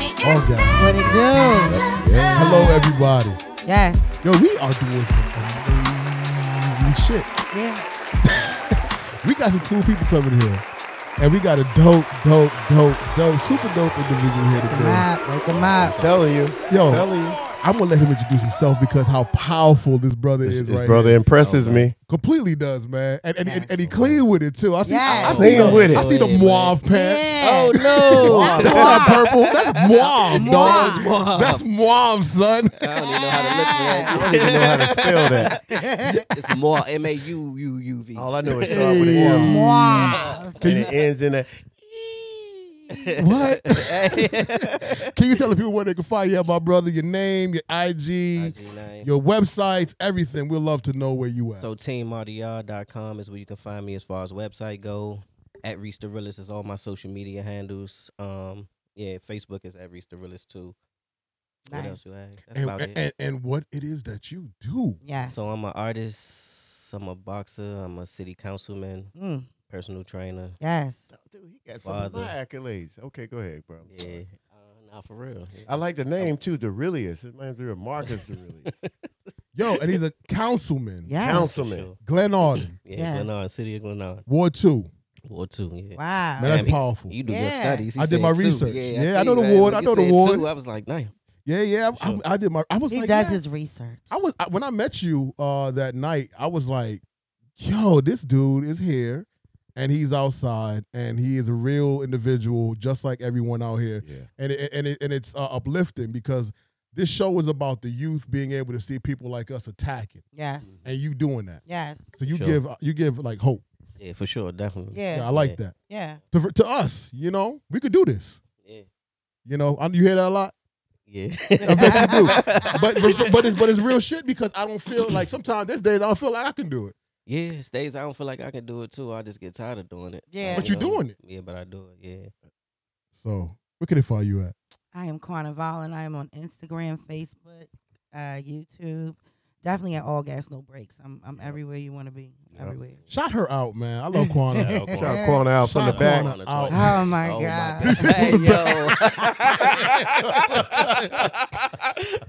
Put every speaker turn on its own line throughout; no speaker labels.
down.
What it do?
Yeah. Hello, everybody.
Yes.
Yo, we are doing some amazing shit.
Yeah.
We got some cool people coming here. And we got a dope, dope, dope, dope, super dope individual here
Come
today.
up. Wake 'em up.
Telling you.
Yo.
Telling you.
I'm going to let him introduce himself because how powerful this brother
His,
is
his
right
brother
here.
impresses me.
Completely does, man. And, and, and, and he clean with it, too. I see, I- I,
Yes.
see,
Clean
the,
with it.
I see the
Yeah,
mauve pants.
Yeah.
Oh no!
That's not purple. That's mauve, dog.
Mauve.
That's mauve, son.
I don't even know
I
how to look for that.
don't even know how to spell that.
It's more M A U U U V.
All I know is start with an M.
Wow.
And it ends in a.
What? can you tell the people where they can find you, at, my brother, your name, your IG, your websites, everything? We'd love to know where you at.
So teamrdr.com is where you can find me as far as website go. At Reach the Realist is all my social media handles. Um, yeah, Facebook is at Reach the Realist too. What
Nice.
else you ask? That's
and,
about it.
and, and what it is that you do.
Yes.
so I'm an artist. I'm a boxer. I'm a city councilman,
Mm,
personal trainer.
yes.
Dude, he got some of my accolades. Okay, go ahead, bro. I'm sorry.
Yeah, uh, nah, for real.
I like the name too, Durilius. His name's Durilius. Marcus Durilius.
Yo, and he's a councilman.
Yes.
Councilman.
Glen Arden,
Yeah,
Yes.
Glenard, city of Glenard,
Ward 2.
Ward two. Yeah.
Wow.
Man, that's
Yeah, he-
powerful.
You do your
Yeah.
studies. He
I did my
said two.
research. Yeah, I
see,
know the
right?
award.
When
I
you
know the
said
award.
two, I was like, damn.
Yeah, yeah. I,
Sure.
I, I did my. I was
he
like,
does
yeah.
his research.
I was I, when I met you uh, that night. I was like, "Yo, this dude is here, and he's outside, and he is a real individual, just like everyone out here."
Yeah.
And it, and it, and it's uh, uplifting because this show is about the youth being able to see people like us attacking,
Yes.
and you doing that.
Yes.
So you
Sure.
give uh, you give like hope.
Yeah, for sure, definitely.
Yeah.
Yeah, I
Yeah.
like that. To for- to us, you know, we could do this.
yeah,
You know, I, you hear that a lot.
yeah.
I bet you do. But but but it's but it's real shit because I don't feel like sometimes there's days I don't feel like I can do it.
yeah, it's days I don't feel like I can do it too. I just get tired of doing it.
Yeah.
But you doing it.
Yeah, but I do it. Yeah.
So where can they find you at?
I am Carnival and I am on Instagram, Facebook, uh, YouTube. Definitely at all gas, no breaks. I'm I'm everywhere you want to be.
Yep.
Everywhere.
Shout her out, man. I love Kwana.
Shout out
Shout
Kwana.
Quan out from the
Shout
back.
Quan out.
Oh my
Oh,
God.
my God.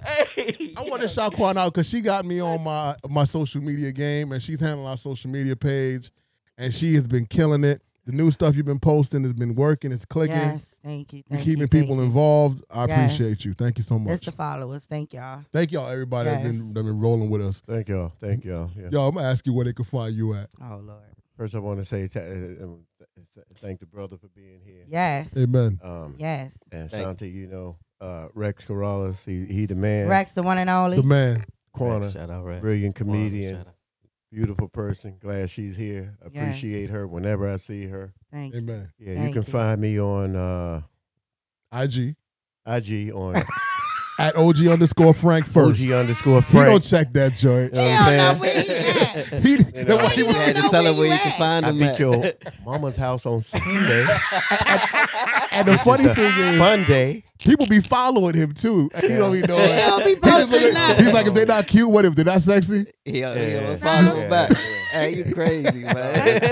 Hey, yo.
I want to shout Quan out because she got me on my my social media game, and she's handling our social media page, and she has been killing it. The new stuff you've been posting has been working. It's clicking.
Yes. Thank you.
You're
Thank you,
keeping
thank
people
you.
involved. I
Yes.
appreciate you. Thank you so
It's
much.
the followers. Thank y'all.
Thank y'all, everybody that's
Yes.
been, that been rolling with us.
Thank y'all. Thank y'all. Yeah.
Yo, I'm gonna ask you where they can find you at.
Oh Lord.
First, I want to say ta- uh, um, th- th- thank the brother for being here.
Yes.
Amen.
Um,
Yes.
And
Thank
Shanti, you know, uh, Rex Corrales, he, he the man.
Rex, the one and only.
The man.
Rex, uh,
Quanta,
Shout out, Rex.
brilliant
Kwana,
comedian,
shout out.
beautiful person. Glad she's here.
Yes.
Appreciate her whenever I see her.
Thank you.
Amen.
Yeah,
Thank
you can
you.
find me on uh,
IG
IG on
at OG underscore Frank first.
OG underscore
He don't
Frank.
check that joint.
You know what
Hell no,
I'm
where
saying?
he at?
He, that's why he
You
was-
know.
had to
know
tell
where
her where
you
you can
at.
find
I
him
beat
at.
your mama's house on Sunday.
and the funny thing is,
Monday.
people be following him too. And he don't even know
They
it.
don't be
He just look
posting
at-
nothing.
he's like, if they not cute, what if they're not sexy?
Yeah,
Yeah.
yeah. Follow
Yeah.
him back. Hey, you crazy,
That's
man.
That's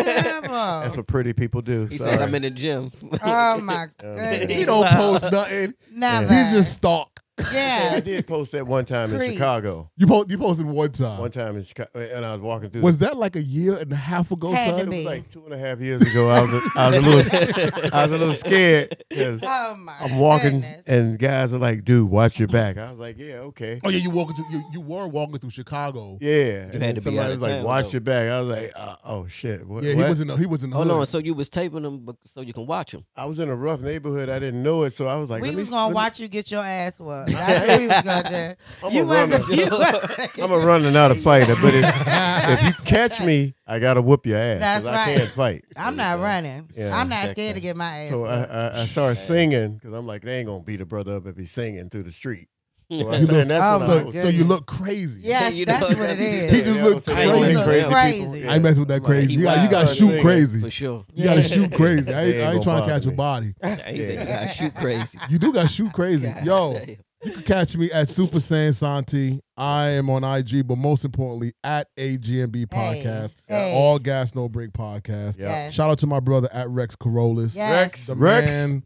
terrible.
what pretty people do.
He
Sorry.
says I'm in the gym.
Oh my
Um,
He
goodness.
don't post nothing.
Never.
He just stalk.
I
yeah.
did post that one time in
Creep.
Chicago.
You post, you posted one time.
One time in Chicago, and I was walking through.
Was
the,
that like a year and a half ago,
Had to
son?
it was
be.
like two and a half years ago. I was, I was a little, I was a little scared. 'cause
Oh my.
I'm walking,
goodness.
and guys are like, "Dude, watch your back." I was like, "Yeah, okay,
Oh yeah, you walking through. You, you were walking through Chicago.
yeah." And
had
then
to be
somebody
out of
was like,
town,
"Watch
though.
your back." I was like, uh, "Oh shit!" What,
yeah. He
what?
was in. The, he was in. The
Hold
hood.
on. So you was taping them bec- so you can watch them.
I was in a rough neighborhood. I didn't know it, so I was like,
we
let me,
was gonna
let me-
watch you get your ass whooped. That's what we was gonna do.
I'm
you
a runner.
wasn't. You
I'm a running out of fighter, but if, if you catch me, I gotta whoop your ass. 'cause
That's
I
right.
can't fight.
I'm not running.
Yeah,
I'm not
exactly.
scared to get my ass.
So uh, I,
whooped.
I, I started singing because I'm like, they ain't gonna beat a brother up if he's singing through the street. So I-
You look-
and that's
Oh,
what I
So,
was
my
so you
goodness.
look crazy.
yes,
You
that's
know-
what it
Yeah,
is.
He just
yeah,
looked
I was saying,
crazy.
"These
Crazy.
people."
I ain't messing with that crazy. You got you got to
wild.
shoot crazy.
For sure.
You got to
Yeah.
shoot crazy. I ain't,
They ain't
I ain't trying
gonna
to
bother
catch your
me.
body.
Yeah, he said you gotta shoot crazy.
You do got to shoot crazy, yo.
Damn.
You can catch me at Super Saiyan Santi. I am on IG, but most importantly at AGMB
Hey,
Podcast,
hey.
All Gas No Break Podcast.
Yeah.
Yes.
Shout out to my brother at Rex Carolus,
Yes.
the
Rex.
man,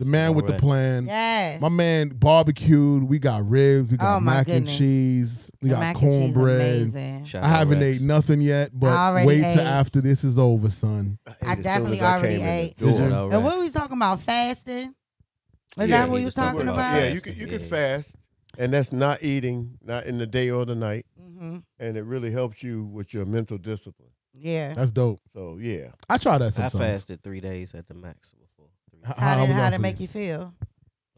the man with the
Alright.
plan.
Yes.
My man barbecued. We got ribs. We got
Oh, my
mac and
goodness.
cheese. We
The
got
mac and cheese
cornbread.
amazing.
Shout
I
out
haven't
Rex.
ate nothing yet,
I
but
already
wait till
ate.
after this is over, son.
ate
I
as soon
definitely
as I
already
came in the
ate.
door.
Did you?
Shout out
And what
Rex.
we was talking about fasting? Is
Yeah,
that what
he
you was
was talking
talking
about
about?
Yeah, you could you could
Yeah.
fast, and that's not eating, not in the day or the night,
hmm
and it really helps you with your mental discipline.
Yeah.
That's dope.
So yeah,
I try that
I
sometimes.
fasted three days at the max before. Three
How-
days.
How did
was
how
that
did
for
it make you feel?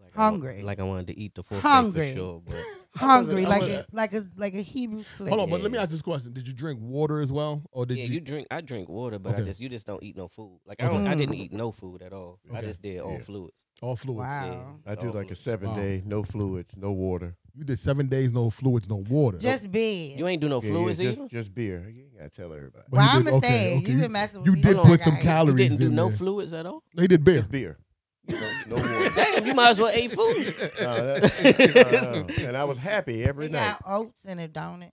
Like I wa-
Hungry.
like I wanted to eat the fourth
Hungry.
day for sure, but
Hungry,
I
like
wasn't-
a, like a like a Hebrew slave.
Hold on, but let me
Yeah.
ask this question: Did you drink water as well, or did
yeah, you, drink. I drink water, but I
Okay.
just you just don't eat no food. Like I
Okay.
don't. I didn't
Mm.
eat no food at all. I
Okay.
just did all
Yeah.
fluids.
all fluids?
Wow.
Yeah,
I
all
do like a
fluids.
seven
Wow.
day, no fluids, no water.
You did seven days, no fluids, no water.
Just be.
You ain't do no
Yeah, yeah,
fluids either.
just, just beer. You ain't gotta tell everybody.
But he
well, I'm
did-
gonna
okay,
say
okay,
you
you-
been messing with
you
me.
did
all
put some
night.
You
calories
didn't do
in
no
there.
fluids at all.
They did beer.
Just beer. No, no water.
Damn, you might as well ate food.
No, that- no, no. And I was happy every
It
night.
got oats in it, don't it?
I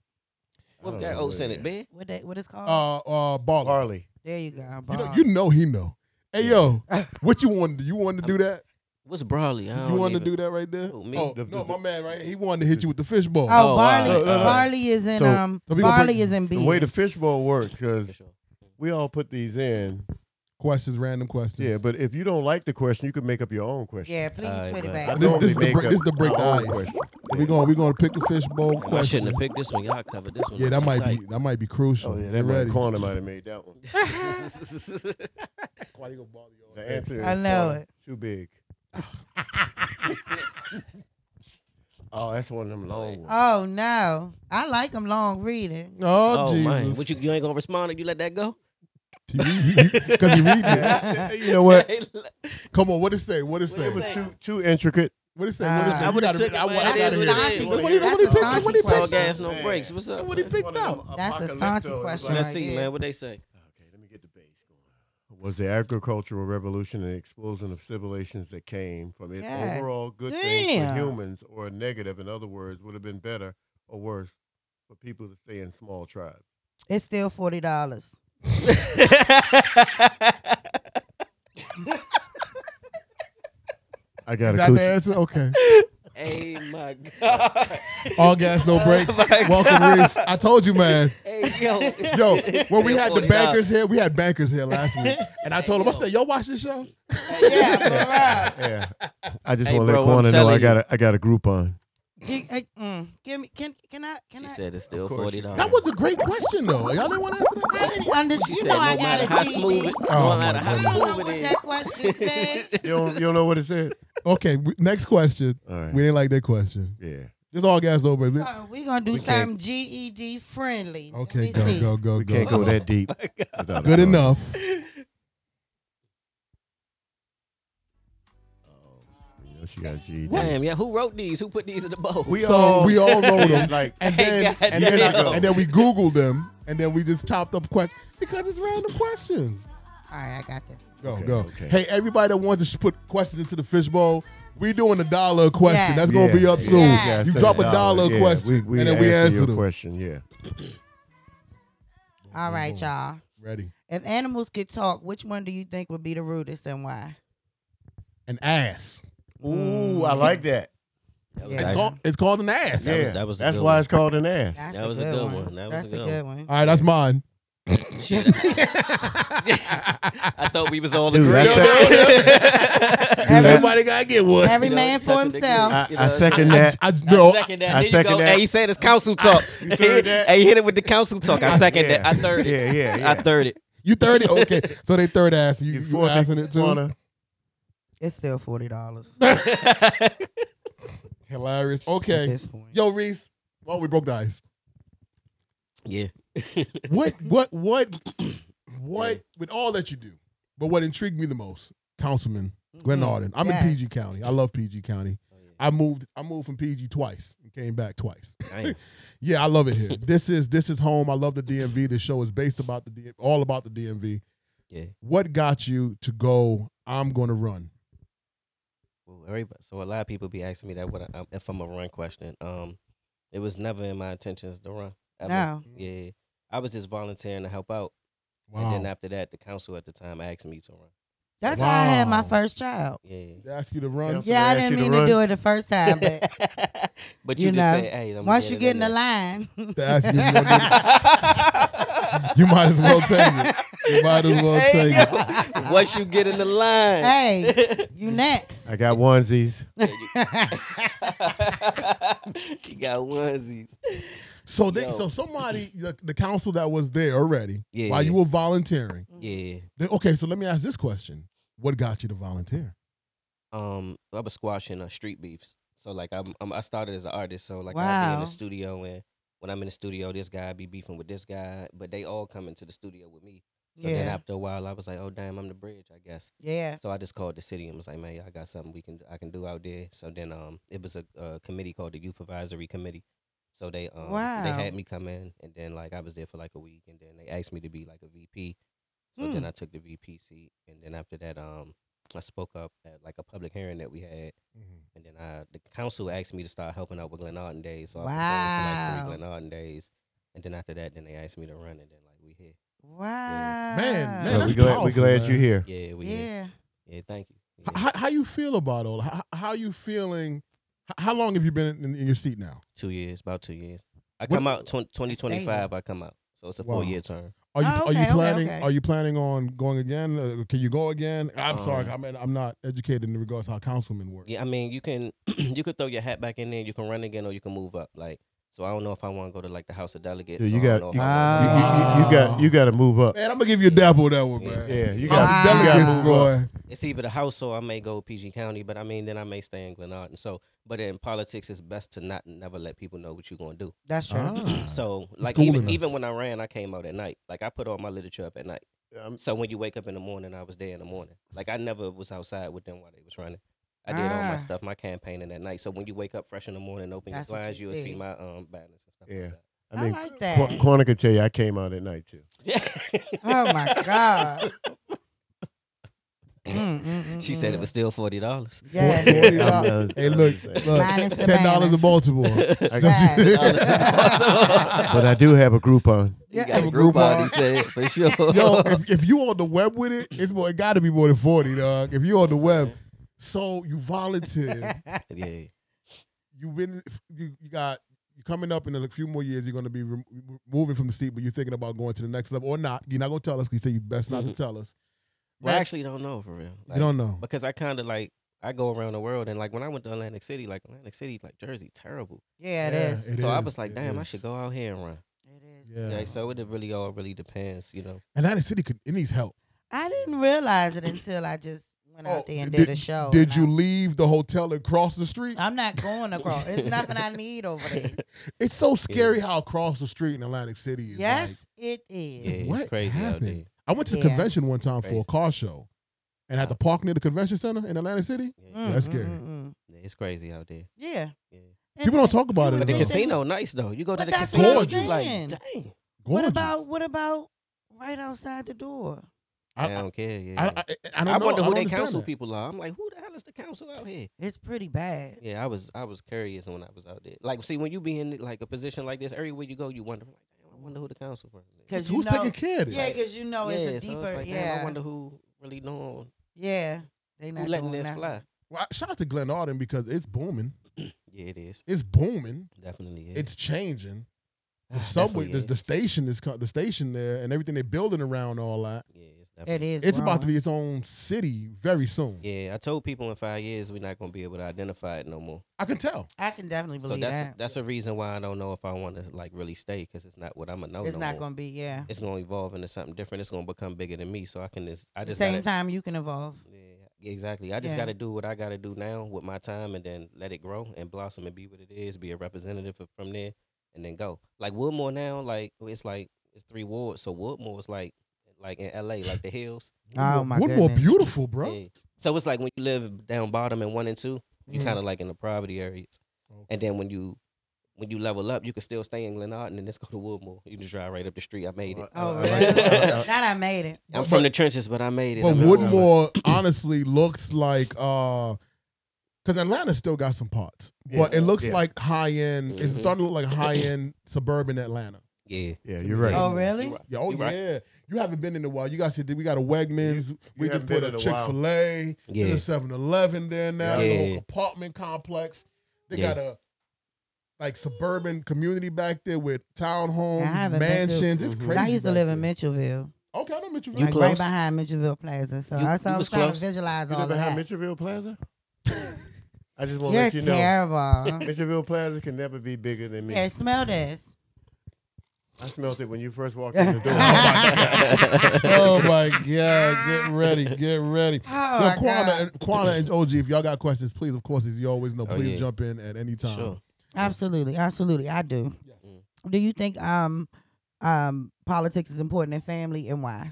What
don't
got
know
oats
what
in
it
it,
is.
man?
What that what it's called?
Uh, uh, barley.
Barley.
there you go.
You know,
bar.
you know he know. Hey yo, what you wanted? to- You wanted to do that?
What's barley? I
You
don't
wanted to
even-
do that right there?
Who, me?
Oh
The-
no,
the-
my man, right? He wanted to hit you with the fishbowl.
oh,
Oh,
barley.
wow.
Uh, uh,
barley is in
so-
um
so we gonna
barley
put-
is in beer.
The way the fishbowl works,
For
because
sure.
we all put these in.
Questions, random questions.
Yeah, but if you don't like the question, you can make up your own question.
yeah, please
Alright,
put it
bro.
back.
I
This-
normally
this the
make
break-
up
this the break
my
the
own
ice.
question.
we going we gonna pick the fishbowl
Damn, I shouldn't
question.
have picked this one. Y'all covered this one.
Yeah, that
too
might
tight.
be that might be crucial.
Oh yeah,
You
that might
ready?
corner might have made that one.
Why you gonna bother y'all?
The answer is
I know
corner.
it.
Too big. oh, that's one of them long ones.
Oh no, I like them long reading.
Oh,
oh
Jesus!
man, what you you ain't gonna respond if you let that go?
Because he, he- 'cause he reading it.
Yeah, you know what?
Come on, what it say? What it say?
It was
What
too too
it
intricate.
say? What it
Uh,
say?
I
You
would've
gotta
took
read- I
it, man.
want- I
It
gotta
is
read
what it
it.
is.
Look what he- look what he
That's
picked- look what he picked.
Asante
All
question.
gas, no breaks. What's up?
What he
man?
picked out?
That's a Santi question
Let's
right
see,
there.
man. What they say?
Okay, let me get the base going. Was the agricultural revolution an explosion of civilizations that came from it
Yeah.
overall good thing for
Damn.
humans or a negative? In other words, would have been better or worse for people to stay in small tribes?
It's still forty dollars.
I got
Is that the answer? Okay.
hey my god.
All gas, no breaks. Welcome, Reese. I told you, man.
Hey yo.
Yo, when we had the
$40.
bankers here, we had bankers here last week, and I told them, I said, "Yo, watch this show."
yeah,
Yeah, I just
Hey,
want to let
bro, I'm
Corner know
telling
I
you.
got a, I got a Groupon.
for real. Hey, mm, give me. Can can I? Can
She
I?
said it's still
Of course
forty
you-
dollars.
That was a great question, though. Y'all didn't want to answer that.
I didn't understand.
She
You
said
know
no
I
matter
got
how
a
smooth it,
GED.
Oh,
no matter
my
how
I don't know
smooth
what
it
that
is.
question said.
You don't, you don't know what it said?
Okay, we- next question.
All right.
We didn't like that question.
yeah.
Just all gas, no breaks.
Uh, we gonna do
We can't-
something GED friendly. Let
Okay,
me
go,
see.
go, go,
We
go.
can't go that deep. without a
Good
Groupon.
enough.
You know, she got a GED.
Damn, yeah. Who wrote these? Who put these in the bowl?
We
So
all
we all wrote 'em.
like
And then,
God
and then, I-
damn.
and then we Googled them, and then we just chopped up questions because it's random questions.
All right, I got this.
Go,
Okay,
go.
okay.
Hey, everybody that wants to sh- put questions into the fishbowl, we doing a dollar a question.
Yeah.
That's gonna
Yeah,
be up
yeah,
soon.
yeah.
gotta
You
send
drop a dollar a
Yeah,
question,
we, we
and then we
answer
answer
your
them.
question. Yeah.
All right, y'all.
Ready?
If animals could talk, which one do you think would be the rudest and why?
An ass.
Ooh, I like that.
That was
Yeah.
It's
actually-
called. It's called an ass.
That
yeah,
was- that was a
that's
good
why
one.
it's called an ass.
That's
That was a good one. That was
That's
a good
a good one.
All right, that's mine.
I thought we was all
Dude,
agreed.
that's Every-
Everybody gotta get one.
Every
You know,
man for
touching the
himself.
good.
I,
You know,
I
it's-
second
I,
that.
I,
I
no,
second
I
that. There you
second
go.
that.
Hey, he said it's council talk.
You third that?
Hey, he hit it with the council talk. I second
yeah.
that. I third it.
Yeah, yeah, yeah.
I third it.
you thirty. Okay, so they third ass. You,
You
you,
fourth
assing it too.
corner.
It's still forty dollars
Hilarious.
at
Okay,
this point.
yo Reese. Well, we broke the ice.
Yeah.
What? What? What? What? With all that you do, but what intrigued me the most, Councilman Glenn
Mm-hmm.
Arden. I'm
Yes.
in PG County. I love PG County.
Oh,
I moved. I moved from PG twice and came back twice.
Damn.
Yeah, I love it here. this is this is home. I love the DMV. This show is based about the D- all about the DMV.
Yeah.
What got you to go? I'm going to run.
Well, everybody, so a lot of people be asking me that what I, if I'm a run question. Um, it was never in my intentions to run. Ever.
No.
Yeah. I was just volunteering to help out, and then after that, the council at the time asked me to run.
That's how I had my
Wow.
first child.
Yeah.
They ask you to run.
Yes. So
Yeah,
they
I didn't
ask you to
mean to
run?
do it the first time, but
but
you
you,
know,
just say, hey, let me
once you
it
get in the
there.
line,
They ask you. if you wanna do- You might as well take it. You might as well
Hey,
take it.
yo, once you get in the line,
Hey. you next.
I got onesies.
you got onesies.
So they,
Yo.
so somebody, the, the council that was there already
Yeah,
while
yeah.
you were volunteering.
Yeah.
They- okay, so let me ask this question: What got you to volunteer?
Um, I was squashing uh, street beefs. So like I'm, I'm, I started as an artist. So like I'd be in
Wow.
the studio and when I'm in the studio, this guy be beefing with this guy, but they all come into the studio with me. So then
Yeah.
after a while, I was like, oh damn, I'm the bridge, I guess.
Yeah.
So I just called the city and was like, man, y'all got something we can I can do out there. So then um it was a, uh committee called the Youth Advisory Committee. So they um they
Wow.
had me come in and then like I was there for like a week and then they asked me to be like a VP. So then
Hmm.
I took the VP seat and then after that um I spoke up at like a public hearing that we had
Mm-hmm.
and then I the council asked me to start helping out with Glenarden Days. So I performed for like three Glenarden Days. And then after that then they asked me to run and then like we here.
Wow.
Man, man,
But we
that's
glad
powerful,
we glad
man.
you're here.
Yeah, we here.
Yeah.
Yeah, thank you.
H-
Yeah.
How, how you feel about all? How, how you feeling? h- How long have you been in, in your seat now?
Two years, about two years. I
What-
come out tw- twenty twenty five. I come out, so it's a
Wow.
four year term.
Are you
Oh,
are
okay,
you
okay,
planning
okay.
Are you planning on going again? Uh, can you go again? I'm sorry,
Uh.
Um,
I mean I'm not educated in regards to how councilmen work.
Yeah, I mean you can you could throw your hat back in there. You can run again, or you can move up. Like, so I don't know if I want to go to like the House of Delegates.
Yeah,
so
you
I
got-
don't know if
you-
I
You, you,
wanna go.
you- you got you got to move up.
Man, I'm gonna give you a dab on that one,
Yeah.
man.
Yeah, you
House of
got
Wow.
you got
Delegates,
to move up.
boy.
It's either the House or I may go PG County, but I mean then I may stay in Glenarden. So, but in politics, it's best to not never let people know what you're gonna do.
That's true.
Ah.
So, like
schooling
even
us.
even when I ran, I came out at night. Like I put all my literature up at night.
Um,
So when you wake up in the morning, I was there in the morning. Like I never was outside with them while they was running. I did all
Ah.
my stuff, my campaigning at night. So when you wake up fresh in the morning, open
That's what
your blinds,
you
you will see
see.
my um banners and stuff.
Yeah.
outside.
I
I mean,
like
Qu-
that.
Quanah could tell you I came out at night too.
Yeah.
Oh my god. Mm, mm, mm,
She said it
mm.
was still forty dollars.
Yeah.
Forty
I'm
dollars.
just-
Hey,
I'm
look,
just saying.
look,
Minus the
ten dollars in Baltimore.
I
Right.
got but I do have a Groupon.
Yeah.
got
Have a
a group
Groupon.
on. He said for sure.
Yo, if, if you on the web with it, it's more. It got to be more than forty, dog. If you on the web, so you volunteer.
yeah.
You've been. You, you got. You coming up in a few more years. You're going to be rem- moving from the seat, but you're thinking about going to the next level or not. You're not going to tell us. 'cause You say you best not to
Mhm.
tell us.
Well,
That-
I actually don't know for real. Like,
you don't know.
because I kind of like I go around the world and like when I went to Atlantic City, like Atlantic City, like Jersey, terrible.
Yeah, it
Yeah,
is.
it
so I
is,
was like,
it
damn, I
is.
should go out here and run.
It is.
Yeah.
Like, so it really all really depends, you know.
Atlantic City could. It needs help.
I didn't realize it until I just went
Oh,
out there and
did-
did, a show.
Did
and
you leave the hotel and cross the street?
I, am not going across. There's nothing I need over there.
It's so scary how across the street in Atlantic City is. like-
Yes, it is.
Yeah,
What
it's crazy
happened?
out there.
I went to the
Yeah.
convention one time for a
Crazy.
car show, and had to park near the convention center in Atlantic City.
Yeah,
Mm,
that's
mm,
scary.
mm, mm.
yeah, It's crazy out there.
Yeah.
Yeah.
And-
People don't talk about it
you
But
would
the
enough.
think they-
casino, nice though. You go
But
to the
that's
casino,
what I'm
you like,
saying.
dang.
What
Gorgeous.
about what about right outside the door?
I,
I,
I,
don't care. Yeah.
I,
I,
I, I don't know.
wonder
I
who
don't
they
understand
council
that.
people are. I'm like, who the hell is the council out here?
It's pretty bad.
Yeah, I was I was curious when I was out there. Like, see, when you be in like a position like this, everywhere you go, you wonder, like, damn, I wonder who the council person is.
'Cause you
Who's
know-
taking care of this?
Yeah, because you know
yeah,
it's a
so
deeper.
it's like,
yeah,
damn, I wonder who really knowing,
yeah. They
who
not
letting
doing
this
nothing.
fly.
Well, I- shout out to Glen Arden because it's booming.
Yeah, it is
It's booming.
definitely. Is.
It's changing. The
Ah,
subway,
definitely
the, the
is.
station is co- the station there, and everything they're building around all that.
yeah, it's
It
definitely.
is.
It's, about to
growing.
be its own city very soon.
Yeah, I told people in five years we're not gonna be able to identify it no more.
I can tell.
I can definitely
So
believe
that's
that.
that's a reason why I don't know if I want to like really stay because it's not what I'm gonna know.
it's
no
not
more.
gonna be. Yeah.
It's gonna evolve into something different. It's gonna become bigger than me. So I can just I
At the
just
same
gotta,
time, you can evolve.
Yeah, exactly. I just
Yeah.
gotta do what I gotta do now with my time and then let it grow and blossom and be what it is. Be a representative of- from there and then go. Like Woodmore now, like it's like it's three wards. So Woodmore is like like in L.A. like the hills.
Oh, my
One more
goodness.
beautiful, bro.
Yeah. So it's like when you live down bottom in one and two, you
Mhm.
kind of like in the poverty areas.
Okay.
And then when you when you level up, you can still stay in Glenarden and just go to Woodmore. You can just drive right up the street. I made it.
Oh,
I
really?
like that.
Not I made it.
I'm
But-
from the trenches, but I made it.
But
I'm in Woodmore.
Woodmore honestly looks like uh because Atlanta still got some parts, but
Yeah,
it looks
yeah.
like high end. It's
Mm-hmm.
Mhm.
starting to look like high end suburban Atlanta.
Yeah.
Yeah, you're right.
Oh, really?
You right.
Yeah, oh
You right.
yeah, You haven't been in a while. You guys said we got a Wegmans. we just put
haven't been
a
in a
Chick
while.
Fil A.
Yeah.
There's a 7-Eleven there now. There's a
Yeah.
whole apartment complex. They
Yeah.
got a like suburban community back there with
I
townhomes,
haven't been
mansions. It's
Mhm.
crazy.
I used to
back
live
there.
in Mitchellville,
Okay, I know Mitchell.
Mm-hmm. You
like
close?
right behind Mitchellville Plaza. So
You-
that's
you
I was,
was
trying
close?
to visualize
You
all
live
of that.
behind Mitchellville Plaza? I just
You're
want to let you know.
terrible.
Mitchellville Plaza can never be bigger than me.
yeah, smell this.
I smelt it when you first walked in the door.
oh my god! Get ready, get ready.
Oh,
Yo,
my
Kwana,
God.
and, Kwana and OG, if y'all got questions, please, of course, as you always know,
Oh,
please
yeah.
jump in at any time.
Sure.
Absolutely, absolutely, I do.
Yes.
Mm.
Do you think um um politics is important in family and why?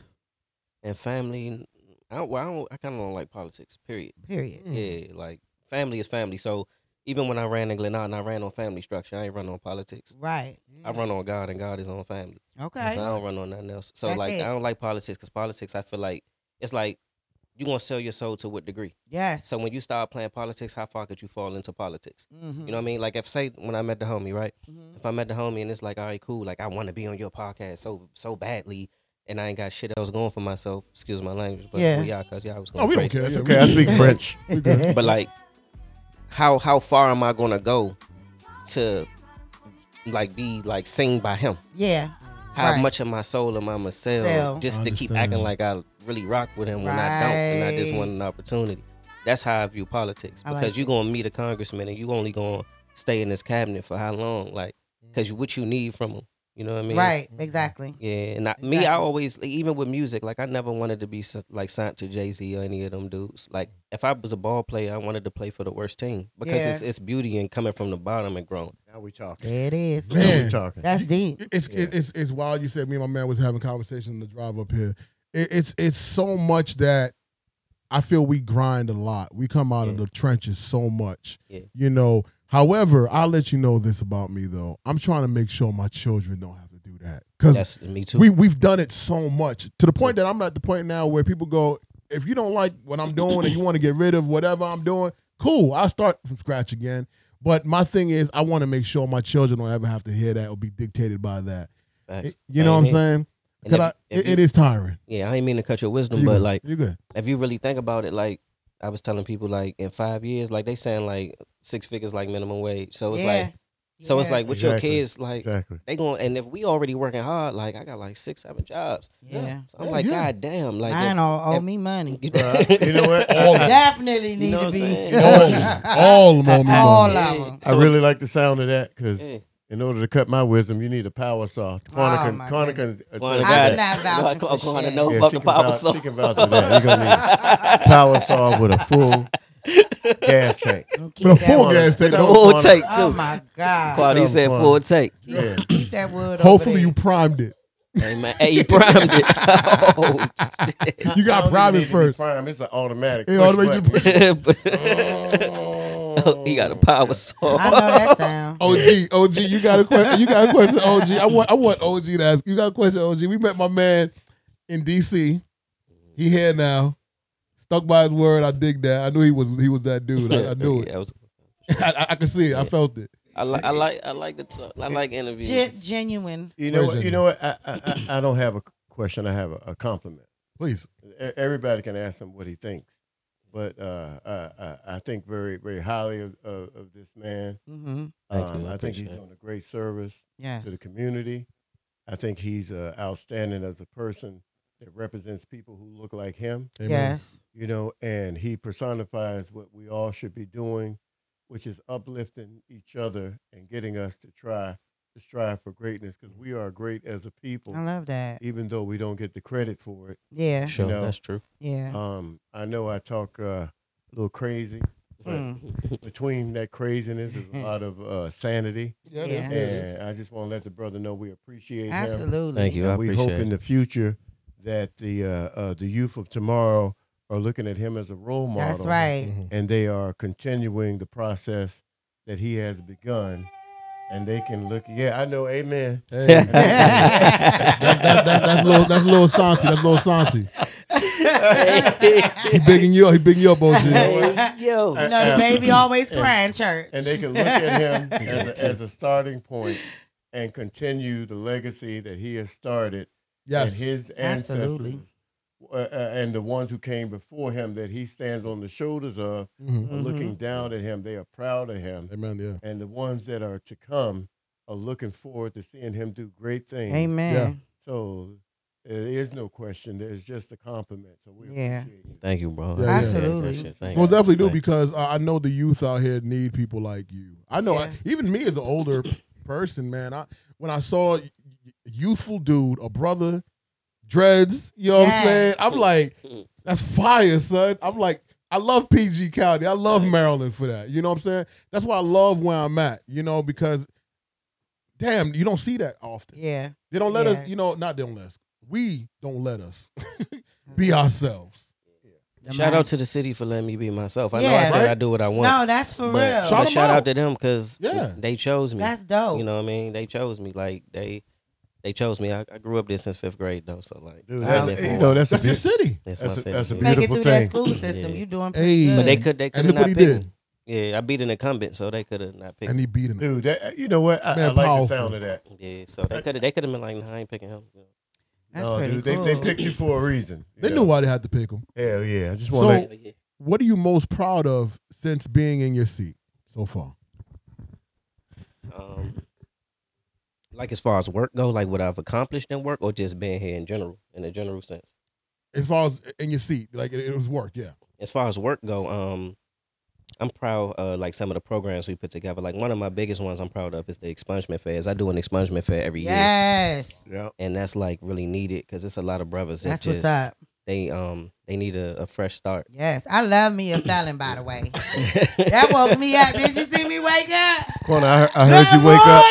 And family, I, well, I, don't, I kind of don't like politics, period.
Period.
Mm.
Yeah, like family is family. So even when I ran in Glen Allen, I ran on family structure. I ain't run on politics.
Right.
I run on God, and God is on family. So I
Okay.
don't run on nothing else. So
That's
like
it.
I don't like politics because politics, I feel like it's like you gonna sell your soul to what degree?
Yes.
So when you start playing politics, how far could you fall into politics?
mm-hmm.
You know what I mean? Like if say when I met the homie, right?
Mhm.
If I met the homie and it's like, all right, cool, like I want to be on your podcast so so badly, and I ain't got shit else going for myself. Excuse my language, but
Yeah.
yeah, yeah, cause yeah, I was going.
Oh, we don't
crazy.
care.
That's
Yeah,
okay.
we
I
good.
speak French.
We good.
But like, how how far am I gonna go to like be like seen by him?
yeah.
How
Right.
much of my soul am I gonna sell,
Sell.
just
I
to keep
understand.
acting like I really rock with him when I don't, and I just
Right.
want an opportunity. That's how I view politics
I
because
like
you
it.
gonna meet a congressman and you only gonna stay in this cabinet for how long? Like, cause you, what you need from him, you know what I mean?
Right. Exactly.
Yeah, and I, me, I
Exactly.
always like, even with music, like I never wanted to be s- like signed to Jay Z or any of them dudes.
Mm.
Like if I was a ball player, I wanted to play for the worst team because
Yeah.
it's it's beauty and coming from the bottom and growing.
Now we talking.
There it is.
Man.
Now we talking.
That's deep.
It's
Yeah.
it's it's wild. You said me and my man was having conversation on the drive up here. It, it's it's so much that I feel we grind a lot. We come out of
Yeah.
the trenches so much.
Yeah.
You know. However, I'll let you know this about me though. I'm trying to make sure my children don't have to do that because
That's me too.
we we've done it so much to the point that I'm at the point now where people go, if you don't like what I'm doing and you want to get rid of whatever I'm doing, cool. I'll start from scratch again. But my thing is, I want to make sure my children don't ever have to hear that or be dictated by that.
Facts.
It- you know what I'm
Amen.
saying?
And
'Cause
if-
I-
if
it-
you-
it is tiring.
Yeah, I ain't mean to cut your wisdom,
You
but
good.
like
you good.
if you really think about it, like I was telling people, like in five years, like they saying like six figures like minimum wage. So it's
yeah.
like so it's
Yeah.
like with
Exactly.
your kids, like
Exactly.
they going and if we already working hard, like I got like six seven jobs.
yeah.
So I'm
Yeah,
like,
yeah.
god damn, like
Mine
if-
all owe
if-
me money.
Uh, you know what?
Definitely need
know what
to
I'm
be
saying?
All, all, mommy,
all
mommy.
of
Yeah.
them.
I really like the sound of that because
Yeah.
in order to cut my wisdom, you need a power saw. Quanah
Oh,
can,
my
Quanah
goodness.
can attest
Quanah
to
got
that.
it.
I'm not vouching
No, I-
for
I Quanah
shit.
know
Yeah,
about
she
the
can
power
vouch-
saw.
She can vouch for that. You're gonna need a power saw with a full gas tank.
Keep
With a
that
full
wood.
gas tank.
Tell
though.
him,
Full
Quanah.
take too.
Oh my God.
Quality
Tell
said
him,
full
Quanah.
take.
Yeah.
Keep that wood.
Hopefully
over
you
there.
primed it.
Hey man, hey, you primed it. Oh, shit.
You
I
got
don't
prime
even
it
need to be
first.
Prime. It's an automatic.
It
push
automatically
button.
push-
Oh.
he got a power
I
saw.
know that sound.
OG, OG, you got a question. You got a question, OG. I want, I want OG to ask. You got a question, OG. We met my man in DC. He here now. Stuck by his word. I dig that. I knew he was, he was that dude. I, I knew it.
Yeah, I, was-
I, I, I could see it. I felt it.
I like, I like, I like the talk. I like interviews.
Gen- genuine.
You know what?
Version.
You know what? I, I, I- I don't have a question. I have a, a compliment.
Please.
E- Everybody can ask him what he thinks, but uh, I, I, I think very very highly of, of, of this man.
Mm-hmm.
Thank you.
Um,
I
I think he's
appreciate it.
doing a great service
Yes.
to the community. I think he's uh, outstanding as a person that represents people who look like him.
Amen.
Yes.
you know, and he personifies what we all should be doing, which is uplifting each other and getting us to try to strive for greatness because we are great as a
I
people,
love that.
even though we don't get the credit for it.
Yeah.
Sure,
know.
that's true.
Yeah.
Um, I know I talk uh, a little crazy, but
Mm.
between that craziness is a lot of uh, sanity,
Yeah, it
Yeah.
is. It is.
and I just want to let the brother know we appreciate him.
Absolutely.
Thank you. I
And we hope
appreciate
in
it.
the future that the uh, uh, the youth of tomorrow are looking at him as a role model.
That's right.
Mhm.
and they are continuing the process that he has begun and they can look yeah i know amen
Hey. That- that- that- that's little, that's little Santi. That's little Santi. He bigging you up. He bigging you Uh, up, OG.
Yo,
You know the baby always crying church.
and they can look at him as a, as a starting point and continue the legacy that he has started
Yes.
and his ancestors
Absolutely.
uh, uh, and the ones who came before him that he stands on the shoulders of
Mhm.
are looking
Mhm.
down at him. They are proud of him.
Amen. Yeah.
And the ones that are to come are looking forward to seeing him do great things.
Amen.
So there is no question. There's just a compliment. So we
Yeah.
appreciate you.
Thank you,
Yeah,
bro. I
yeah.
appreciate that
Absolutely.
shit. Thank
Well,
you.
definitely do
Thank you.
because uh, I know the youth out here need people like you. I know, I,
Yeah.
even me as an older person, man. I when I saw a youthful dude, a brother, dreads. You know what I'm
Yeah.
saying? I'm like, that's fire, son. I'm like, I love PG County. I love
Right.
Maryland for that. You know what I'm saying? That's why I love where I'm at. You know because, damn, you don't see that often.
Yeah.
They don't let
Yeah.
us. You know, not they don't let us. We don't let us be ourselves.
Shout out to the city for letting me be myself. I know I
Yeah.
said I
Right?
do what I want.
No, that's for
but
real.
but
Shout
shout,
'em out.
out to them because
Yeah.
they chose me.
That's dope.
You know what I mean? They chose me. Like they, they chose me. I, I grew up there since fifth grade though, so like,
Dude,
I
that's,
live
you
on-
know, that's,
That's
a,
your
bit,
city.
that's,
that's
my
a-
city.
that's a
yeah.
Make it
Beautiful
through
thing.
that school system.
Yeah.
You
Hey.
doing pretty good.
But they could, they could
And
have
look
not
what he
picked
did.
me. Yeah, I beat an incumbent, so they could have not picked.
And
me.
he beat him.
dude. That uh, you know what? I, I
Man,
like
powerful.
the sound of that.
Yeah, so they could have, they could have been like, nah, I ain't picking him.
That's
No,
pretty
Oh, Uh, dude,
cool.
they, they picked you for a reason.
They
Yeah.
knew why they had to pick him.
Hell yeah! I just
So-
want to.
Yeah.
What are you most proud of since being in your seat so far?
Um, like as far as work go, like what I've accomplished in work, or just being here in general, in a general sense.
As far as in your seat, like it, it was work, yeah.
as far as work go, um, I'm proud uh like some of the programs we put together. Like one of my biggest ones I'm proud of is the expungement fairs. I do an expungement fair every year,
Yes.
yeah.
and that's like really needed because it's a lot of brothers that
That's
just
what's up.
they um they need a, a fresh start.
Yes. I love me a felon, by the way. That woke me up. Did you see me wake up?
Corner, I heard, I heard you wake up.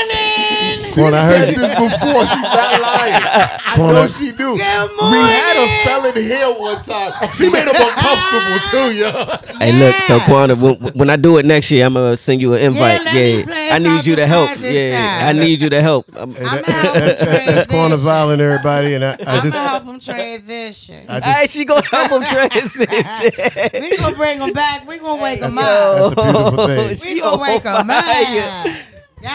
Good
Corner, I
said
heard you.
this before. She's not lying. I know
Corner.
she knew.
Good
We
morning.
had a felon here one time. She made him uncomfortable too, yo.
Hey, look, so
Yeah.
Quanta, when, when I do it next year, I'm gonna send you an invite.
let
Yeah,
me play
I need you to
something
help.
by this
Yeah, I
time.
need you to help. I'm-
I'm
that-
out
that's, that's, that's Corner
transition.
violent, everybody, and I, I
I'm
just
gonna help him transition.
I just-
hey, she gonna help him transition.
we gonna bring him back. We gonna wake him up.
Yo,
That's a
oh,
beautiful thing.
she
We gonna
on
wake him up.
fire.
Yeah.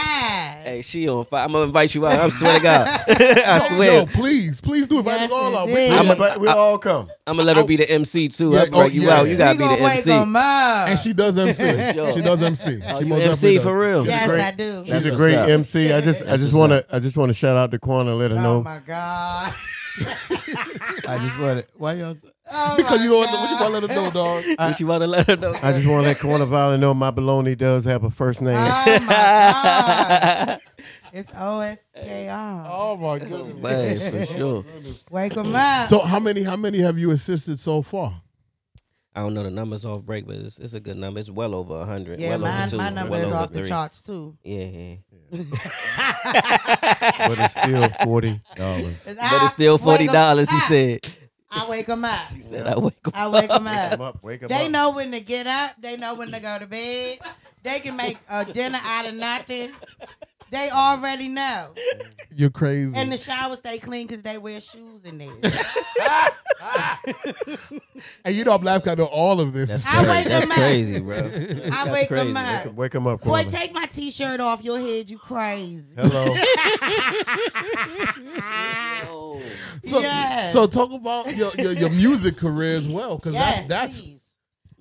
Hey, she on fire. I'm gonna invite you out. I swear to God. I
Yo,
swear.
please, please do invite
Yes,
us all
it
out. We-
did.
I'm
I'm a-
we all come.
I'm gonna let
Oh,
her be the MC too.
Yeah,
I brought
oh,
you
yeah.
out. You
we
gotta be
gonna
the
wake
MC.
him up.
and she does MC.
Yo.
She does MC. She most
Oh, you
definitely
MC
does.
for real.
yes,
great.
I do.
That's
She's a
what's
great
up.
MC. I just I
That's
just
what's
want to I just want to shout out to Corner, let her
Oh
know.
my god.
I just want to why y'all.
Oh
Because
my
you know what,
God.
what you about to let her know, dog.
What you wanna let her know?
I just want to let Corner Violent know my baloney does have a first name.
Oh my god. It's OSKR.
Oh my goodness.
Man, for sure.
Wake him up.
So how many how many have you assisted so far?
I don't know the numbers off break, but it's, it's a good number. It's well over hundred.
yeah,
well
mine,
over two,
my number
well
is
over
off
three.
the charts too.
Yeah, yeah.
but it's still forty dollars.
But it's still forty dollars. He said.
I wake him up.
He said I wake up.
I wake him up.
up, wake
They know when to get up. They know when to go to bed. They can make a dinner out of nothing. They already know.
You're crazy.
And the showers stay clean because they wear shoes in there.
And you know I'm laughing at all of this.
That's
I wake
crazy. That's
him up.
crazy, bro.
I
That's
wake
crazy.
him up.
Wake him up,
Boy,
Corner.
take my t-shirt off your head. You crazy.
Hello.
Oh.
so,
yes.
so talk about your, your, your music career as well, because
yes,
that's
please.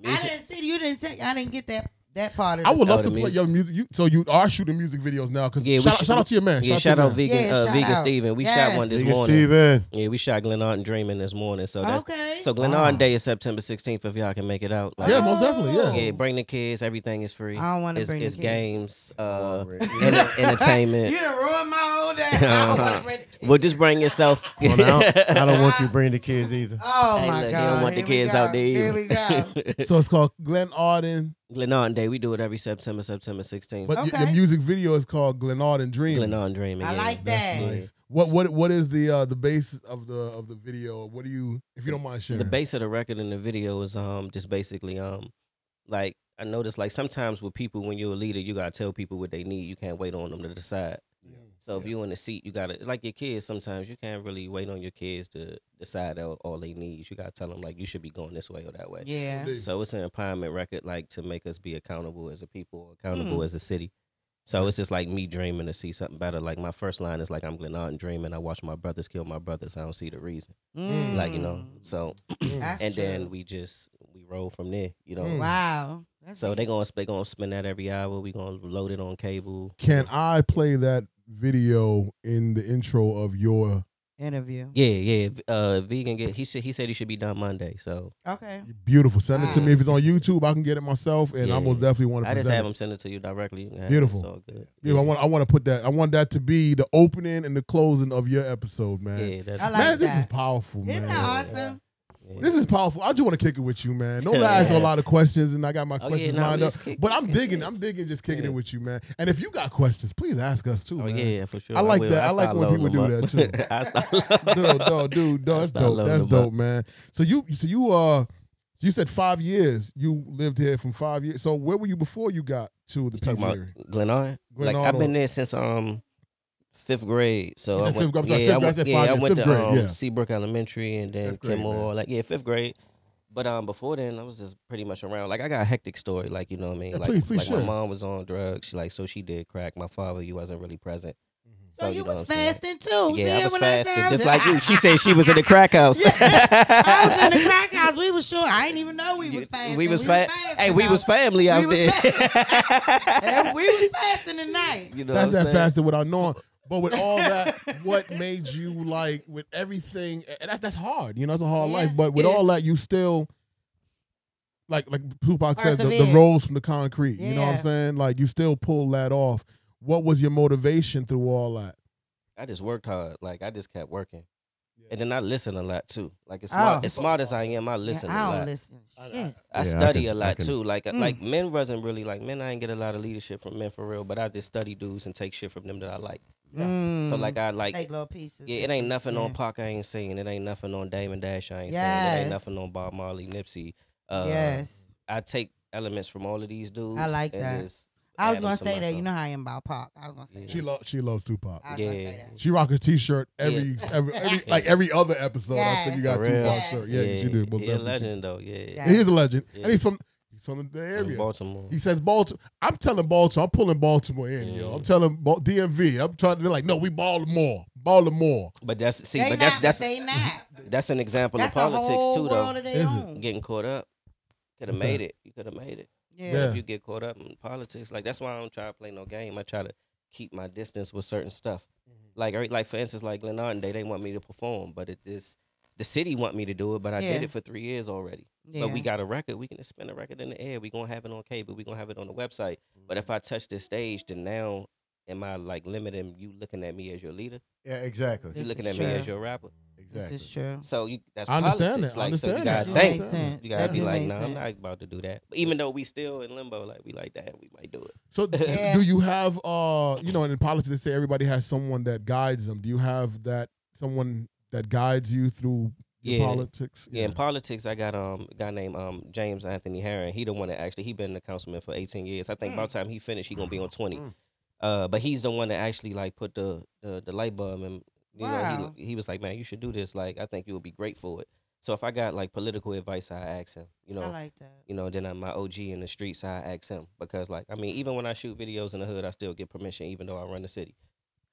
I
Music-
didn't see you didn't say I didn't get that that part of
I would
Oh,
love to
the
play
music.
your music. You, so you are shooting music videos now, because
Yeah, we
shout,
should-
shout out to your man.
Yeah,
shout
shout
to your
out
man.
Vegan
Yeah,
uh,
shout
Vegan
out.
Steven. We
Yes.
shot one this
Vegan
morning.
Steven.
Yeah, we shot Glenarton Dreaming this morning. So that's
Okay.
so Glenarton Day is September 16th. If y'all can make it out,
Yeah,
it's-
most definitely, yeah.
yeah, bring the kids. Everything is free.
I don't wanna
It's,
bring the
it's
kids.
games, uh,
Corner,
en-
You
entertainment.
done ruined my whole day. I don't wanna bring-
Well, just bring yourself.
I don't- I don't want you to bring the kids either.
Oh
Hey,
my
look, they
god.
don't want the
Here we
kids out
go.
there
Here
either.
we go.
So it's called Glen Arden,
Glenarton Day. We do it every September, September 16th.
but y-
Okay.
your music video is called Glen Arden Dream.
Glenarton Dreaming.
I
yeah.
like that.
That's nice. What what what is the uh, the base of the of the video? What do you, if you don't mind sharing?
the base of the record and the video is um just basically um like I noticed like sometimes with people when you're a leader you gotta tell people what they need you can't wait on them to decide. So if you're in the seat you gotta like your kids sometimes you can't really wait on your kids to decide all, all they need. You gotta tell them like you should be going this way or that way.
Yeah.
So it's an empowerment record like to make us be accountable as a people accountable as a city. So it's just like me dreaming to see something better. Like my first line is like I'm Glenarden dreaming. I watch my brothers kill my brothers. I don't see the reason. Like you
Mm.
know. So
That's
and
true.
then we just we roll from there. You know.
Mm.
wow. That's
So they
deep.
gonna they gonna spin that every hour. We gonna load it on cable.
Can I play that video in the intro of your
interview.
Yeah, yeah. v- Uh, vegan get he said he said he should be done Monday. So
Okay.
beautiful? Send it to
Wow.
me if it's on YouTube. I can get it myself, and I'm
Mm. Yeah.
gonna definitely want to
I just have
present
him
it.
send it to you directly. You can have it.
Beautiful.
It's all good.
Yeah, I want I want to put that. I want that to be the opening and the closing of your episode, man.
Yeah, that's
I like
man, this is
that.
powerful,
Isn't
man.
that awesome?
yeah.
This is powerful. I just want to kick it with you, man. No
Yeah.
ask a lot of questions, and I got my
Oh, yeah,
questions
nah,
lined up.
let's kick-
But
let's
I'm
kick
digging.
it.
I'm digging. Just kicking
Yeah.
it with you, man. And if you got questions, please ask us too.
Oh
man.
yeah, for sure.
I like
will.
that. I like
start
when people
loading
do
them
that,
up. I start
dude, no, dude, no, that's
That's not
dope.
loading
That's
them up.
dope, man. So you, so you, uh, you said five years. You lived here from five years. So where were you before you got to the
You talking about
PG?
Glenard? Like
Glenard
I've
or-
been there since um fifth grade. So
You
I
said
went,
fifth grade. I'm
yeah,
sorry,
I
fifth grade. I
went,
said
yeah,
five
I
years.
went
Fifth
to
grade,
um,
yeah.
Seabrook Elementary and then
Fifth grade,
Kenmore. Like yeah, fifth grade. But um, before then, I was just pretty much around. Like I got a hectic story. Like you know what I mean.
Yeah,
like
please, please
like
share.
my mom was on drugs. She like so she did crack. My father, he wasn't really present.
Mm-hmm. So, you,
know
was
what I'm saying?
fasting too.
Yeah,
See
I was
what
fasting,
said?
just like you. She said she was in the crack house.
I was in the crack house. We was sure. I didn't even know we was fasting.
We was fa- Hey,
fasting,
we
though.
was family out
was
there.
And we was fasting tonight.
you know
That's
what I'm
that
saying?
faster without knowing. But with all that, what made you like with everything? And that's that's hard. You know, it's a hard
Yeah.
life. But with
Yeah.
all that, you still like like Tupac said, the, the
Persevere.
rose from the concrete. You know what I'm
Yeah.
saying? Like you still pull that off. What was your motivation through all that?
I just worked hard. Like I just kept working.
Yeah.
And then I listen a lot too. Like as
Oh.
smart, as, smart as I am, I listen
Yeah, I
a
don't
lot.
listen.
I- I-
Shit.
I
Yeah, I
study
can-
a
I
lot
can-
too. Like uh,
Mm.
like men wasn't really like men. I ain't get a lot of leadership from men for real. But I just study dudes and take shit from them that I like. So
Mm.
like I like.
take little pieces.
yeah, it ain't nothing on
Yeah.
Pac I ain't seen. It ain't nothing on Damon Dash I ain't seen. It
Yes.
ain't nothing on Bob Marley, Nipsey. Uh,
yes,
I take elements from all of these dudes.
like
and
that.
just
I
add
was
them
gonna
to
say that. You
myself.
know how I am about Pac. I was gonna say
Yeah.
that.
She loves she loves Tupac.
I was gonna
Yeah.
say that.
She rock a t-shirt every
Yeah.
every, every
Yeah.
like every other episode. I
Yes.
think you got
For
a
real.
Tupac
Yes.
shirt. Yeah, she did. most
He a
definitely.
legend though. Yeah.
Yeah.
He is a legend,
Yeah.
and he's from he's from the
From
area.
Baltimore.
He says Baltimore. I'm telling Baltimore. I'm pulling Baltimore in, yo.
Yeah.
I'm telling Bal- DMV. I'm trying. They're like, no, we Baltimore, Baltimore.
But that's see,
They
but
not.
that's that's
they not.
that's an example
That's
of
a whole
politics too
world
though.
of their
Is it?
own.
Getting caught up. Could have
What's
made it. You could have made it.
Yeah.
Yeah.
If you get caught up in politics, like that's why I don't try to play no game. I try to keep my distance with certain stuff. Like or- like for instance, like Glenarden Day, they want me to perform, but it is the city want me to do it, but I
Yeah.
did it for three years already. But we got a record. We can just spin a record in the air. We're gonna have it on cable. We're gonna have it on the website. But if I touch this stage, then now am I like limiting you looking at me as your leader?
Yeah, exactly.
You
This
looking
is
at me
true.
as your rapper.
Exactly.
This is true.
So you that's
I understand
politics.
that. I
Like so you
understand that.
gotta
do
I
make
think.
understand that.
sense.
You gotta
That
be
do
like,
make
nah, I'm not
sense.
about to do that. But even though we still in limbo, like we like that, we might do it.
So,
Yeah.
do you have uh, you know, in politics they say everybody has someone that guides them. Do you have that someone that guides you through your
Yeah.
politics?
Yeah, in politics, I got um a guy named um James Anthony Herron. He the one that actually he been the councilman for 18 years. I think by the time he finished, he gonna be on 20.
Mm.
Uh, but he's the one that actually like put the the, the light bulb and you know
Wow.
he he was like, man, you should do this. Like I think you would be great for it. So if I got like political advice, I ask him. You know,
I like that.
you know, then I'm my OG in the streets, I ask him because, like, I mean, even when I shoot videos in the hood, I still get permission, even though I run the city.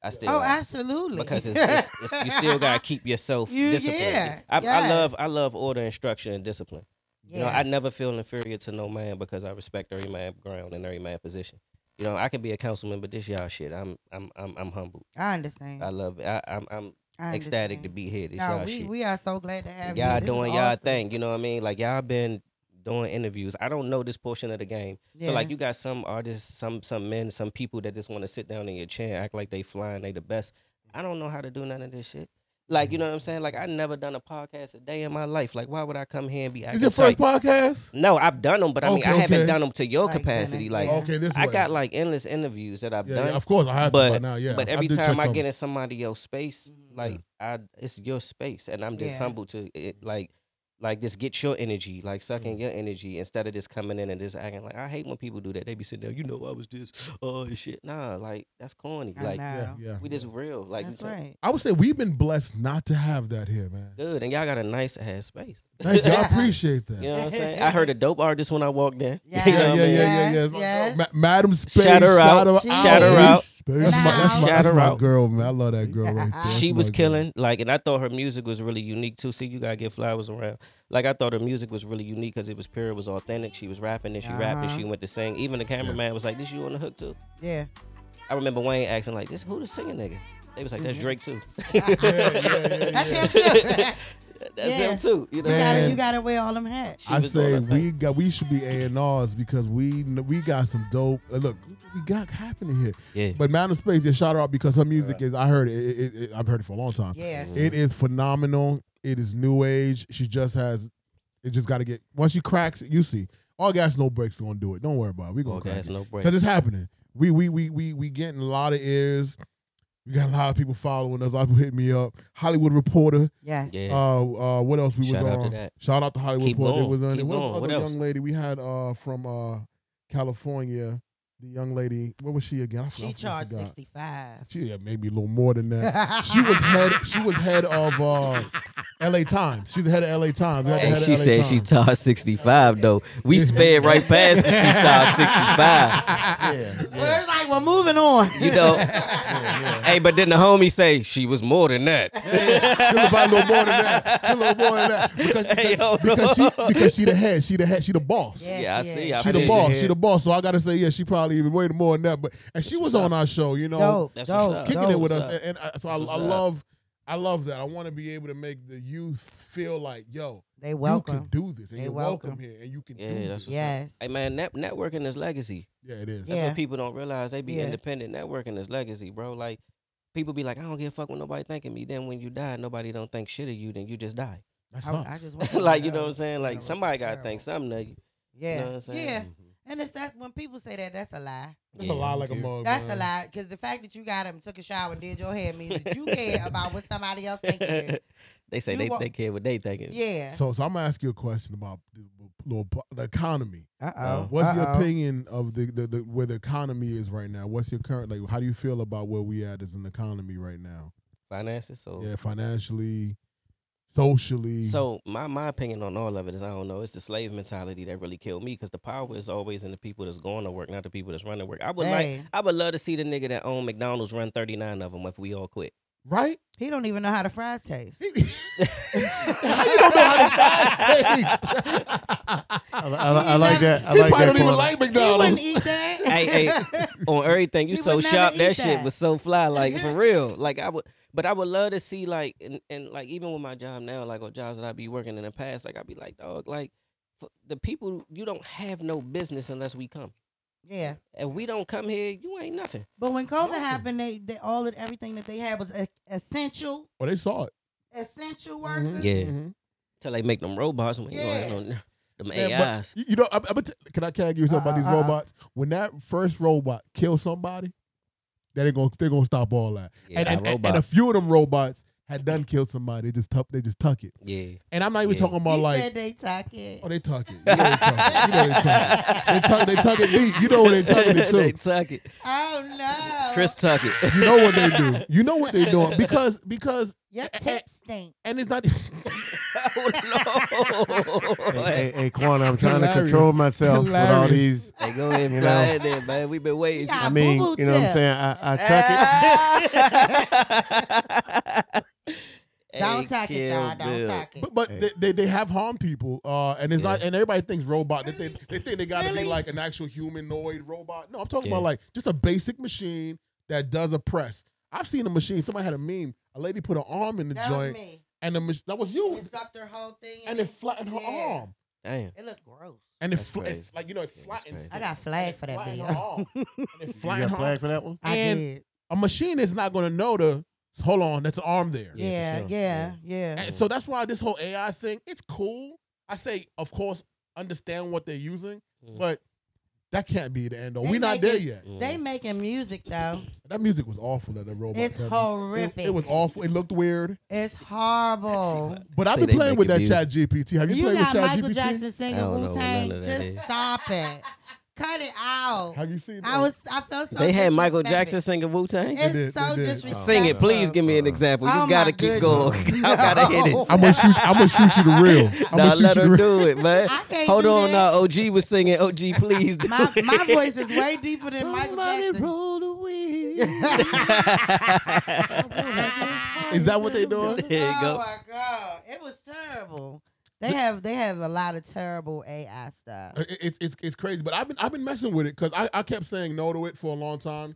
I still
Oh, absolutely.
because it's, it's, it's you still gotta keep yourself
You-
disciplined.
yeah,
I, I love
yes.
I love order, instruction, and discipline. You know, I
Yes.
never feel inferior to no man because I respect every man ground and every man position. You know, I can be a councilman, but this y'all shit, I'm I'm I'm I'm humbled.
I understand.
I love it. I, I'm I'm
Mm. I
ecstatic to
understand.
be here. This
No,
y'all
we,
shit
we are so glad to have
y'all
you. This is
doing y'all
awesome.
thing. You know what I mean? Like y'all been doing interviews. I don't know this portion of the game. So like
Yeah.
you got some artists, some some men, some people that just want to sit down in your chair, act like they flying, they the best. I don't know how to do none of this shit. Like
Mm-hmm.
you know what I'm saying? Like I never done a podcast a day in my life. Like why would I come here and be acting?
Is it first
tight?
podcast?
No, I've done them, but I mean
Okay,
I haven't
okay.
done them to your
Like,
capacity.
minute,
Like
yeah.
Okay, this
I
way.
got like endless interviews that I've
yeah,
done.
yeah, of course I have to
but-
by now. Yeah,
But
I
every
did check
time I
some.
get in somebody else's space,
Mhm.
like I, it's your space, and I'm just
Yeah.
humble to it. Like Like just get your energy, like sucking
Mm-hmm.
your energy instead of just coming in and just acting like I hate when people do that. They be sitting there, you know, I was just oh and shit. Nah, like that's corny.
I
like
know.
Yeah, yeah.
we just real. Like we
That's
talk-
right.
I would say we've been blessed not to have that here, man.
good, and y'all got a nice ass space.
Thank you. I appreciate that.
You know what I'm saying? I heard a dope artist when I walked in.
Yeah,
you know what
yeah,
I
yeah,
mean?
yeah,
Yes,
yeah.
yes.
Ma- Madam Space,
Shout her out.
Shout her
out.
Space. That's, my, that's, my,
Shout
that's
her
my
out.
girl, man. I love that girl right there. That's
She
my
was
girl.
killing, like, and I thought her music was really unique too. See, you gotta get flowers around. Like, I thought her music was really unique because it was pure, it was authentic. She was rapping, and she rapped, and
Uh-huh.
she went to sing. Even the cameraman was like, "This you on the hook too."
Yeah.
I remember Wayne asking like, "This who the singing nigga?" They was like, "That's Drake too."
Mm-hmm. Yeah, yeah, yeah,
That's
yeah.
him too.
That's
Yeah.
him too. You know,
Man.
you,
what I'm
gotta,
saying?
you gotta wear all them hats.
She
I
was
say
on her
we got we should be A and R's because we kn- we got some dope. uh, Look, look what we got happening here.
Yeah.
But Madam Space, yeah, shout her out because her music is. I heard it, it, it, it- I've heard it for a long time.
Yeah.
Mm-hmm.
It is phenomenal. It is new age. She just has. It just got to get once she cracks it. You see, all gas no breaks gonna do it. Don't worry about it. We gonna
All
crack
gas,
it
no break.
because it's happening. We we we we we getting a lot of ears. We got a lot of people following us. A lot of people hitting me up. Hollywood Reporter.
Yes.
Yeah.
Uh, uh, what else we
Shout
was
out
on?
to that.
Shout out to Hollywood
Keep
Reporter. It
going.
was on.
Keep
What was
going.
the
What
other
else?
young lady we had uh, from uh, California? The young lady. What was she again? I forgot- I
She charged
forgot.
sixty five.
She had maybe a little more than that. she was head. She was head of uh, L.A. Times. She's the head of L.A. Times. Not the head
And
of
she
LA
said she
Times.
tall 65 though. We sped right past that she tall
Yeah,
Well, it's like we're moving on.
65. You know. Hey, but then the homie say she was more than that.
Feel about a little more than that. Feel a little more than that because because,
Hey, yo,
because she because she the head. She the head. She the boss.
Yeah.
Yeah, I
she
see.
is.
I
She the
feel
boss.
you.
She the boss. So I gotta say, yeah, she probably even way more than that. But and she was on our show, you know,
dope,
That's what's
dope,
up.
kicking
dope.
it with
what's
us.
up.
And, and I, so I,
That's
I
what's up.
love, I love that. I want to be able to make the youth feel like, yo,
They
you can
welcome.
do this, and
They
you're welcome.
welcome.
here, and you can
Yeah,
do
that's
this.
what's
Yes.
Hey man, net- networking is legacy.
Yeah, it is.
That's
Yeah.
what people don't realize. They be
Yeah.
independent. Networking is legacy, bro. Like people be like, I don't give a fuck when nobody thinking me. Then when you die, nobody don't think shit of you. Then you just die.
That
I,
sucks.
I just want
like you know what I'm saying?
know,
Like
it's
somebody gotta
terrible.
think something of you.
Yeah.
You know what I'm saying? Mm-hmm.
Yeah. And it's that's when people say that that's a lie.
that's a lie, like a mug.
That's
Oh, man.
a lie. Cause the fact that you got him, took a shower, did your hair means that you care about what somebody else thinking.
they say
You
they,
wa-
they care what they thinking.
Yeah.
So, so I'm gonna ask you a question about the, little po- the economy.
Uh
Uh,
What's your opinion of the, the, the where the economy is right now? What's your current like? How do you feel about where we at as an economy right now?
Finances. So
Yeah, financially, socially.
So my my opinion on all of it is I don't know. It's the slave mentality that really killed me because the power is always in the people that's going to work, not the people that's running work. I would
Hey.
like I would love to see the nigga that own McDonald's run thirty nine of them if we all quit.
right?
He don't even know how the fries taste.
you don't know how to fry things.
I, I, I like that. I
He
like
probably
that.
don't even
corner.
like
He wouldn't
McDonald's.
eat that.
hey, hey, on everything you
We
so
would never
sharp.
eat
That, shit
that.
was so fly, like for real. Like I would, but I would love to see like and, and like even with my job now, like on jobs that I be working in the past, like I'd be like, dog, like f- the people you don't have no business unless we come.
Yeah.
If we don't come here, you ain't nothing.
But when COVID
Nothing.
happened, they, they all of everything that they had was e- essential,
Well, they saw it.
essential workers.
Mm-hmm. Yeah.
Mhm.
Till they make them robots. When
Yeah.
you don't have no, them
Man, but
AIs.
you- you know, I, I, bet- can I can I give you something about
Uh,
these
uh, uh, uh.
robots? When that first robot kills somebody, that they gonna they gonna stop all that.
Yeah,
and,
our
and, and-
robot.
and a few of them robots had done killed somebody. They just tuck they just tuck it.
yeah.
And I'm not even
Yeah.
talking about
he
like
said they talk it.
Oh, they tuck it. You know they tuck it. You know they tuck it. They tuck, they tuck it deep. You know when they tucking it
They
too.
tuck it.
Oh no.
Chris tuck it.
You know what they do. You know what they doing because because
your tip stink.
and it's not.
oh no.
Hey,
hey,
hey, hey Quan, I'm trying to
Hilarious.
control myself with all
Hilarious.
these.
go ahead,
You
and
know.
fly in there, man. We've been waiting.
Yeah.
I mean,
boo-boo
you know what I'm
tip.
saying? I, I
Ah!
tuck
don't
Hey,
talk it,
Kill
y'all. Don't
Bill.
talk it.
But, but they, they they have harmed people, uh, and it's not. And everybody thinks robot. They think they think they got to be
Really?
like an actual humanoid robot. No, I'm talking
Yeah.
about like just a basic machine that does a press. I've seen a machine. Somebody had a meme. A lady put her arm in the
That was
joint,
me.
and the mach- that was you,
It sucked her whole thing.
and it flattened her
Yeah.
arm,
Damn.
It looked gross.
and it,
That's
fl- it
crazy.
like you know it
Yeah, that's
flattens.
crazy.
I got flagged for that
Flattened
video.
her arm. And it
it. You
flattened
got
her arm.
flag for that one?
I
And-
did.
a machine is not going to know the hold on that's an arm there
Yeah,
Yeah,
for sure.
yeah, yeah.
and so that's why this whole ai thing it's cool i say of course understand what they're using
Mhm.
but That can't be the end all.
They
We're not
make
there
it-
yet.
Mm.
They making music though.
That music was awful that the robot.
It's
Kevin. It-
horrific.
It, was awful. It looked weird.
It's horrible.
But I've
Say
been
they
playing with that
making
Chat GPT. Have you,
You
played with
got
Chat
Michael
GPT?
Jackson
I
singing
don't know
Wu
what
Tang.
none of
Just
that is.
stop it. Cut it out.
Have you seen?
I was. I felt so.
they had Michael
disrespected.
Jackson singing Wu Tang.
They did,
It's so
they did.
disrespectful.
Sing it, please. Give me an example. You
Oh, my
gotta keep
goodness.
going. I gotta
No.
hit it.
Uh-uh. I'm gonna shoot. I'm gonna shoot you the real. I'm
Nah,
gonna
let
shoot you
her
the real.
do it, man.
I can't
Hold
do
on, uh,
that.
now. OG was singing. OG, please. Do
My,
it.
my voice is way deeper than Michael
Somebody
Jackson.
roll the wheel.
Is that what they doing?
There you
oh
go.
my god, it was terrible. They have they have a lot of terrible AI stuff.
It- It's it's it's crazy. But I've been I've been messing with it because I, I kept saying no to it for a long time,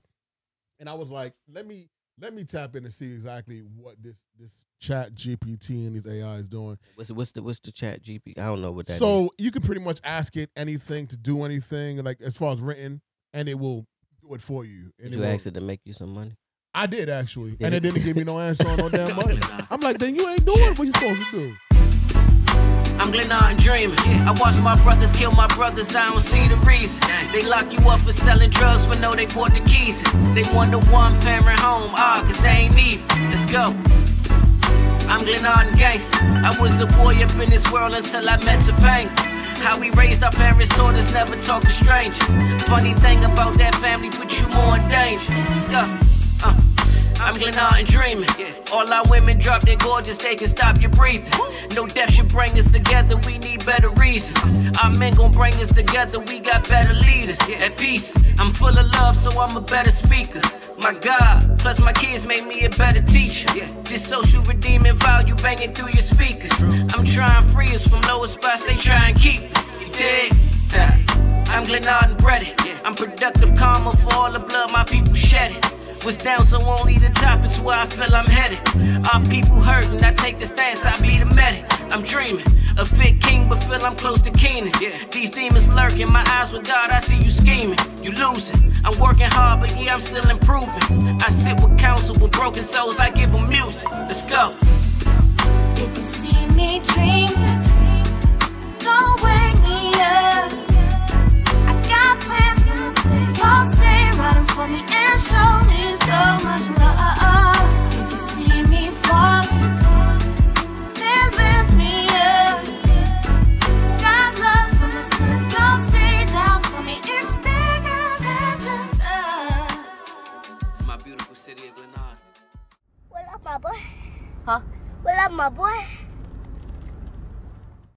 and I was like, let me let me tap in and see exactly what this this Chat GPT and these AI is doing.
What's, what's the what's the chat GP? I don't know what that is.
so you can pretty much ask it anything to do anything, like as far as written, and it will do it for you. And
Did
it
you
will-
ask it to make you some money?
I did actually,
Did
and it
it?
didn't give me no answer on no damn money. I'm like, then you ain't doing what you're supposed to do.
I'm Glenard dreaming. I watch my brothers kill my brothers. I don't see the reason. They lock you up for selling drugs when no they bought the keys. They want the one parent home. Ah, cause they ain't even. Let's go. I'm Glenard Gangster. I was a boy up in this world until I met Topanga. How we raised our parents taught us never talk to strangers. Funny thing about that family put you more in danger. Let's go. Uh. I'm going out and dreaming. All our women drop their gorgeous, they can stop your breathing. No death should bring us together, we need better reasons. Our men gon' bring us together, we got better leaders. At peace, I'm full of love, so I'm a better speaker. My God, plus my kids made me a better teacher. This social redeeming value banging through your speakers. I'm tryin' free us from lower spots, they tryin' keep us. You dig? Nah. I'm Glenard and breaded. I'm productive karma for all the blood my people shedded. Was down, so only the top is where I feel I'm headed. Our people hurting, I take the stance, I be the medic. I'm dreaming, a fit king, but feel I'm close to Keenan. These demons lurking, my eyes with God, I see you scheming. You losing, I'm working hard, but yeah, I'm still improving. I sit with counsel, with broken souls, I give them music. Let's go.
If you see me dreaming, don't wake me up. I got plans for the city. Y'all stay running for me and show me so much love. If you see me falling, then lift me up. Got love for the city. Y'all stay down for me. It's bigger than just us.
It's my beautiful city of Glenard.
What up, my boy? Huh? What up, my boy?